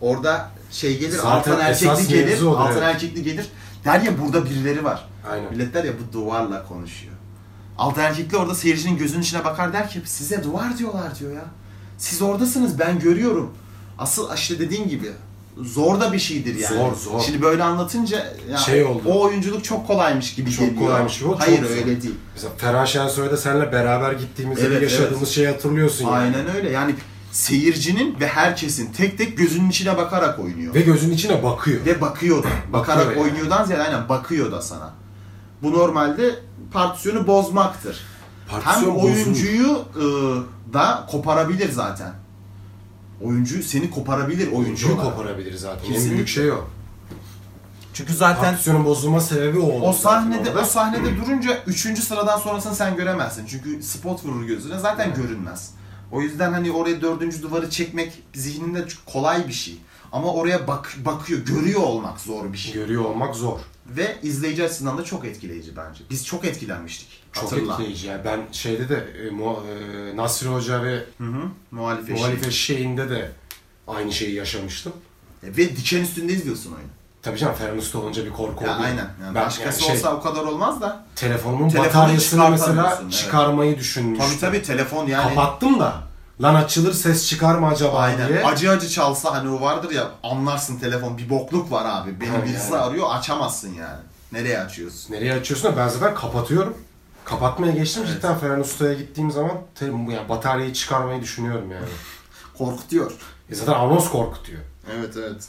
Orada şey gelir, Zaten Altın erkekli esas gelir, mevzu odur, altın evet. erkekli gelir. Der ya burada birileri var. Aynen. Millet der ya bu duvarla konuşuyor. Altı erkekli orada seyircinin gözünün içine bakar der ki size duvar diyorlar diyor ya. Siz oradasınız ben görüyorum. Asıl işte dediğin gibi zor da bir şeydir yani. Zor, zor. Şimdi böyle anlatınca ya, Şey oldu. o oyunculuk çok kolaymış gibi Çok geliyor. kolaymış gibi, o çok Hayır zor. öyle değil. Mesela Ferhan Şensoy'da seninle beraber gittiğimizde Evet, bir yaşadığımız evet. şeyi hatırlıyorsun yani. Aynen öyle yani seyircinin ve herkesin tek tek gözünün içine bakarak oynuyor. Ve gözün içine bakıyor. Ve bakıyor da. Bakarak yani. oynuyordan ziyade aynen bakıyor da sana. Bu normalde partisyonu bozmaktır. Partisyon Hem bozulmuş. oyuncuyu ıı, da koparabilir zaten. Oyuncu seni koparabilir oyuncu. oyuncuyu olarak. koparabilir zaten. En Kesinlikle. büyük şey o. Çünkü zaten Partisyonun bozulma sebebi o oldu. o zaten sahnede orada. o sahnede durunca 3. sıradan sonrasını sen göremezsin. Çünkü spot vurur gözüne zaten görünmez. O yüzden hani oraya dördüncü duvarı çekmek zihninde çok kolay bir şey. Ama oraya bak bakıyor, görüyor olmak zor bir şey. görüyor olmak zor. Ve izleyici açısından da çok etkileyici bence. Biz çok etkilenmiştik. Çok Hatırla. etkileyici. Yani ben şeyde de e, Mu- e, Nasri Hoca ve Hı hı. Muhalif eşiği. Muhalif Eşeği'nde de aynı şeyi yaşamıştım. Ve diken üstünde izliyorsun oyunu. Tabii canım Ferhan Usta olunca bir korku Ya oluyor. aynen. Yani ben başkası yani şey, olsa o kadar olmaz da. telefonumun Telefonu bataryasını mesela çıkartamıyorsun, evet. çıkarmayı düşünmüştüm. Tabii tabii telefon yani. Kapattım da lan açılır ses çıkar mı acaba Aynen. diye. Acı acı çalsa hani o vardır ya anlarsın telefon bir bokluk var abi. Beni Aynen. birisi arıyor açamazsın yani. Nereye açıyorsun? Nereye açıyorsun da ben zaten kapatıyorum. Kapatmaya geçtim cidden Ferhan Usta'ya gittiğim zaman te- yani bataryayı çıkarmayı düşünüyorum yani. Korkutuyor. E zaten anons korkutuyor. Evet evet.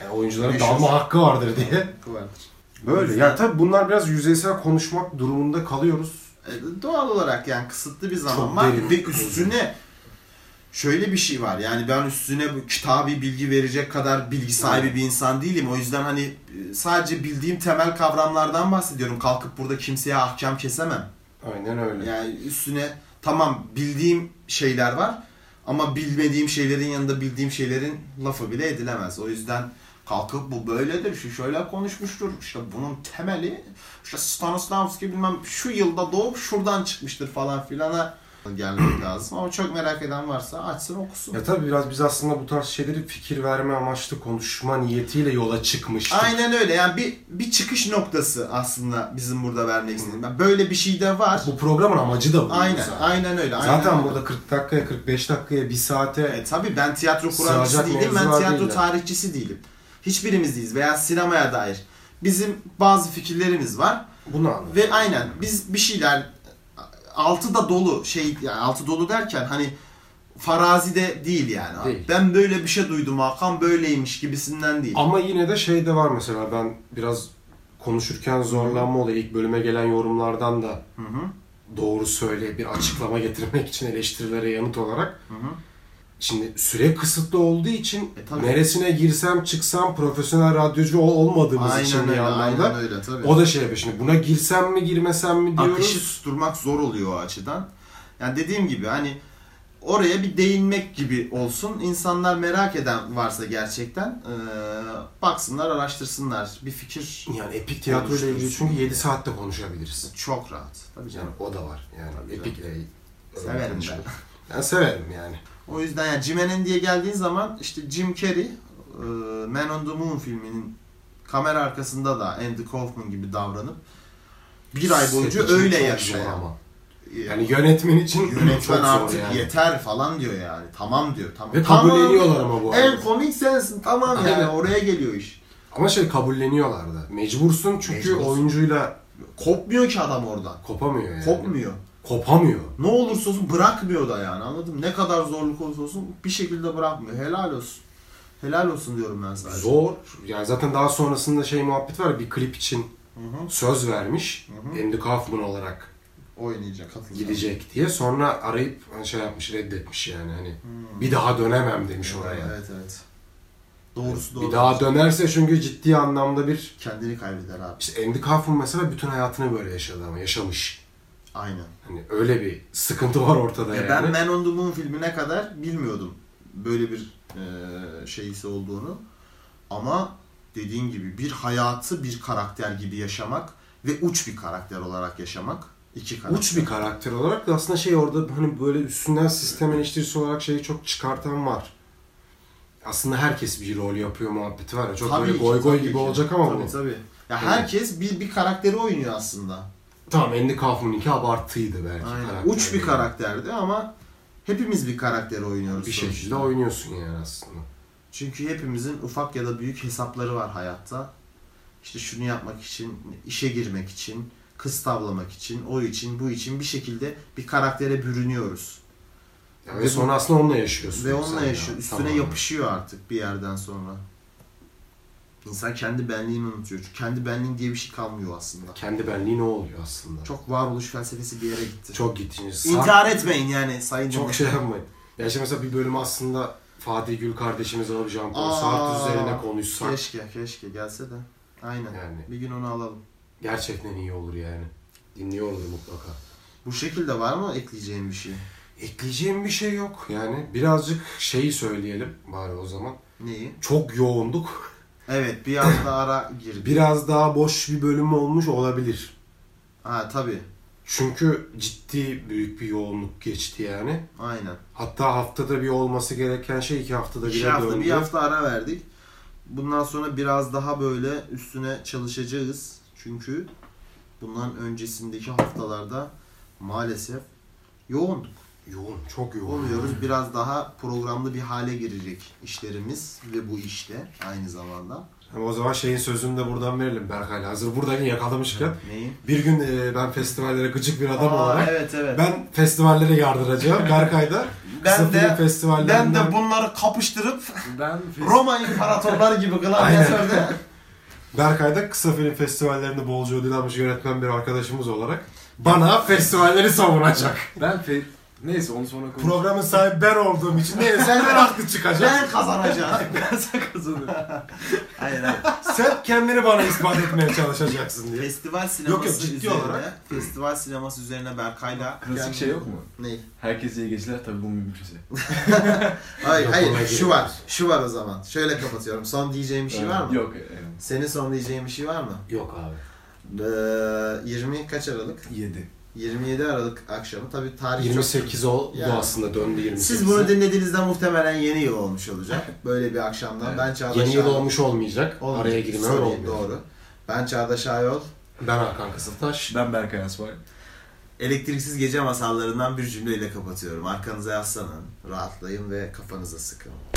Yani oyuncuların Meşhur. dalma hakkı vardır diye. Vardır. Böyle. Yani tabii bunlar biraz yüzeysel konuşmak durumunda kalıyoruz. E, doğal olarak yani kısıtlı bir zaman Çok var derin. ve üstüne şöyle bir şey var. Yani ben üstüne bu kitabi bilgi verecek kadar bilgi sahibi bir insan değilim. O yüzden hani e, sadece bildiğim temel kavramlardan bahsediyorum. Kalkıp burada kimseye ahkam kesemem. Aynen öyle. Yani üstüne tamam bildiğim şeyler var ama bilmediğim şeylerin yanında bildiğim şeylerin lafı bile edilemez. O yüzden kalkıp bu böyledir, şu şöyle konuşmuştur, işte bunun temeli işte Stanislavski bilmem şu yılda doğup şuradan çıkmıştır falan filana gelmek lazım. Ama çok merak eden varsa açsın okusun. Ya tabii biraz biz aslında bu tarz şeyleri fikir verme amaçlı konuşma niyetiyle yola çıkmıştık. Aynen öyle yani bir, bir çıkış noktası aslında bizim burada vermek istediğim. Ben Böyle bir şey de var. Bu programın amacı da bu. Aynen, zaten. aynen öyle. Aynen Zaten öyle. burada 40 dakikaya, 45 dakikaya, 1 saate E, tabii ben tiyatro kuramcısı Sığacak değilim, ben mevzular tiyatro değiller. tarihçisi değilim. Hiçbirimiz değiliz veya sinemaya dair. Bizim bazı fikirlerimiz var bunu anlat. ve aynen biz bir şeyler altı da dolu şey yani altı dolu derken hani farazi de değil yani. Değil. Ben böyle bir şey duydum Hakan böyleymiş gibisinden değil. Ama yine de şey de var mesela ben biraz konuşurken zorlanma olayı ilk bölüme gelen yorumlardan da Hı hı. doğru söyle bir açıklama getirmek için eleştirilere yanıt olarak. hı. Şimdi süre kısıtlı olduğu için E, tabii. neresine girsem çıksam profesyonel radyocu ol- olmadığımız için Aynen bir öyle, yandan aynen da öyle tabii. o da şey yapıyor şimdi buna girsem mi girmesem mi diyoruz. akışı susturmak zor oluyor o açıdan. Yani dediğim gibi hani oraya bir değinmek gibi olsun. İnsanlar merak eden varsa gerçekten eee, baksınlar, araştırsınlar. Bir fikir Yani epik tiyatro ile ilgili çünkü 7 saatte konuşabiliriz. çok rahat. Tabii Yani canım. o da var. Yani Tabii epikle Severim ben. Ben severim yani. O yüzden yani Jim Hennon diye geldiğin zaman işte Jim Carrey eee, Man on the Moon filminin kamera arkasında da Andy Kaufman gibi davranıp bir ay boyunca Set için öyle çok yaşayan. zor ama. Yani Yani yönetmen için çok yönetmen zor artık yani. yeter falan diyor yani. Tamam diyor. Tamam. Ve Tamam. kabulleniyorlar ama bu arada. En komik sensin tamam yani Aynen. oraya geliyor iş. Ama şey kabulleniyorlar da. Mecbursun çünkü Mecbursun. oyuncuyla Kopmuyor ki adam oradan. kopamıyor yani. Kopmuyor. Kopamıyor. Ne olursa olsun bırakmıyor da yani anladın mı? Ne kadar zorluk olursa olsun bir şekilde bırakmıyor. Helal olsun. Helal olsun diyorum ben sadece. Zor. Yani zaten daha sonrasında şey muhabbet var. Bir klip için Hı-hı. söz vermiş. Hı Andy Kaufman olarak Oynayacak, katılacak. gidecek diye. Sonra arayıp şey yapmış reddetmiş yani hani. Bir daha Hani dönemem demiş Evet, oraya. Evet evet. Doğrusu doğru. Bir daha dönerse çünkü ciddi anlamda bir... Kendini kaybeder abi. İşte Andy Kaufman mesela bütün hayatını böyle yaşadı ama yaşamış. Aynen. Hani öyle bir sıkıntı var ortada Ya yani. E ben Man on the Moon filmine kadar bilmiyordum böyle bir e, şeyisi olduğunu. Ama dediğin gibi bir hayatı bir karakter gibi yaşamak ve uç bir karakter olarak yaşamak. iki karakter. uç bir karakter olarak da aslında şey orada hani böyle üstünden sistem eleştirisi olarak şeyi çok çıkartan var. Aslında herkes bir rol yapıyor muhabbeti var ya. Çok böyle ki, goy goy tabii gibi ki. olacak ama tabii, bu. Tabii. Ya herkes bir bir karakteri oynuyor aslında. Tamam Andy Kaufman'ınki abartıydı belki. Aynen. karakter Uç bir değil. karakterdi ama hepimiz bir karakteri oynuyoruz Bir sonuçta. şekilde oynuyorsun yani aslında. Çünkü hepimizin ufak ya da büyük hesapları var hayatta. İşte şunu yapmak için, işe girmek için, kız tavlamak için, o için, bu için bir şekilde bir karaktere bürünüyoruz. Ya ve sonra aslında onunla yaşıyorsun. Ve sen onunla ya. yaşıyor. Üstüne Tamam. yapışıyor artık bir yerden sonra. İnsan kendi benliğini unutuyor. Çünkü kendi benliğin diye bir şey kalmıyor aslında. Kendi benliği ne oluyor aslında? Çok, Çok varoluş felsefesi bir yere gitti. çok gittiğiniz. İntihar etmeyin yani sayın Çok dinleyiciler. şey yapmayın. Ya şimdi mesela bir bölüm aslında Fatih Gül kardeşimiz alıp Jean-Paul Aa, Sartre üzerine konuşsak. Keşke, keşke gelse de. Aynen. Yani. Bir gün onu alalım. Gerçekten iyi olur yani. Dinliyor olur mutlaka. Bu şekilde var mı ekleyeceğim bir şey? Ekleyeceğim bir şey yok. Yani birazcık şeyi söyleyelim bari o zaman. Neyi? Çok yoğunduk. Evet bir hafta ara girdi. Biraz daha boş bir bölüm olmuş olabilir. Ha tabii. Çünkü ciddi büyük bir yoğunluk geçti yani. Aynen. Hatta haftada bir olması gereken şey iki haftada bile İki hafta döndü. bir hafta ara verdik. Bundan sonra biraz daha böyle üstüne çalışacağız. Çünkü bundan öncesindeki haftalarda maalesef yoğunduk. Yoğun, çok yoğun. Oluyoruz. Biraz daha programlı bir hale girecek işlerimiz ve bu işte aynı zamanda. Ama o zaman şeyin sözünü de buradan verelim Berkay. Hazır şey. buradayken yakalamışken. Neyi? Bir gün e, ben festivallere gıcık bir adam Aa, olarak evet evet. ben festivallere yardıracağım. Berkay da kısa Ben de- film festivallerinden bunları kapıştırıp Ben Roma imparatorları gibi gladyatörde Berkay'da kısa film festivallerinde bolca ödül almış yönetmen bir arkadaşımız olarak bana festivalleri savunacak. ben fe- neyse onu sonra konuşuruz. Programın sahibi ben olduğum için ne senden haklı çıkacak. ben kazanacağım. ben kazanıyorum. Hayır hayır. Sen kendini bana ispat etmeye çalışacaksın diye. Festival sineması Yok, yok, ciddi üzerine, olarak. festival sineması üzerine Berkay'la Klasik şey yok mu? ne? Herkese iyi geceler tabii bu mümkünse. Hayır Yok, ona hayır şu girmiyoruz. var. Şu var o zaman. Şöyle kapatıyorum. Son diyeceğim bir şey var mı? Ee, Yok. e, evet. Senin son diyeceğin bir şey var mı? Yok abi. Ee, 20 kaç Aralık? Yedi. 27 Aralık akşamı. Tabii tarih şey çok... 28 oldu Yani. aslında döndü 28. Siz bunu dinlediğinizde muhtemelen yeni yıl olmuş olacak. Böyle bir akşamdan. Evet. Ben Çağdaş Yeni yıl Ayol- olmuş olmayacak. Olmayacak. Araya girmem Sorry, olmuyor. Doğru. Ben Çağdaş Ayol. Ben Hakan Kızıltaş. Ben Berkay Asfay. Elektriksiz gece masallarından bir cümleyle kapatıyorum. Arkanıza yaslanın, rahatlayın ve kafanıza sıkın.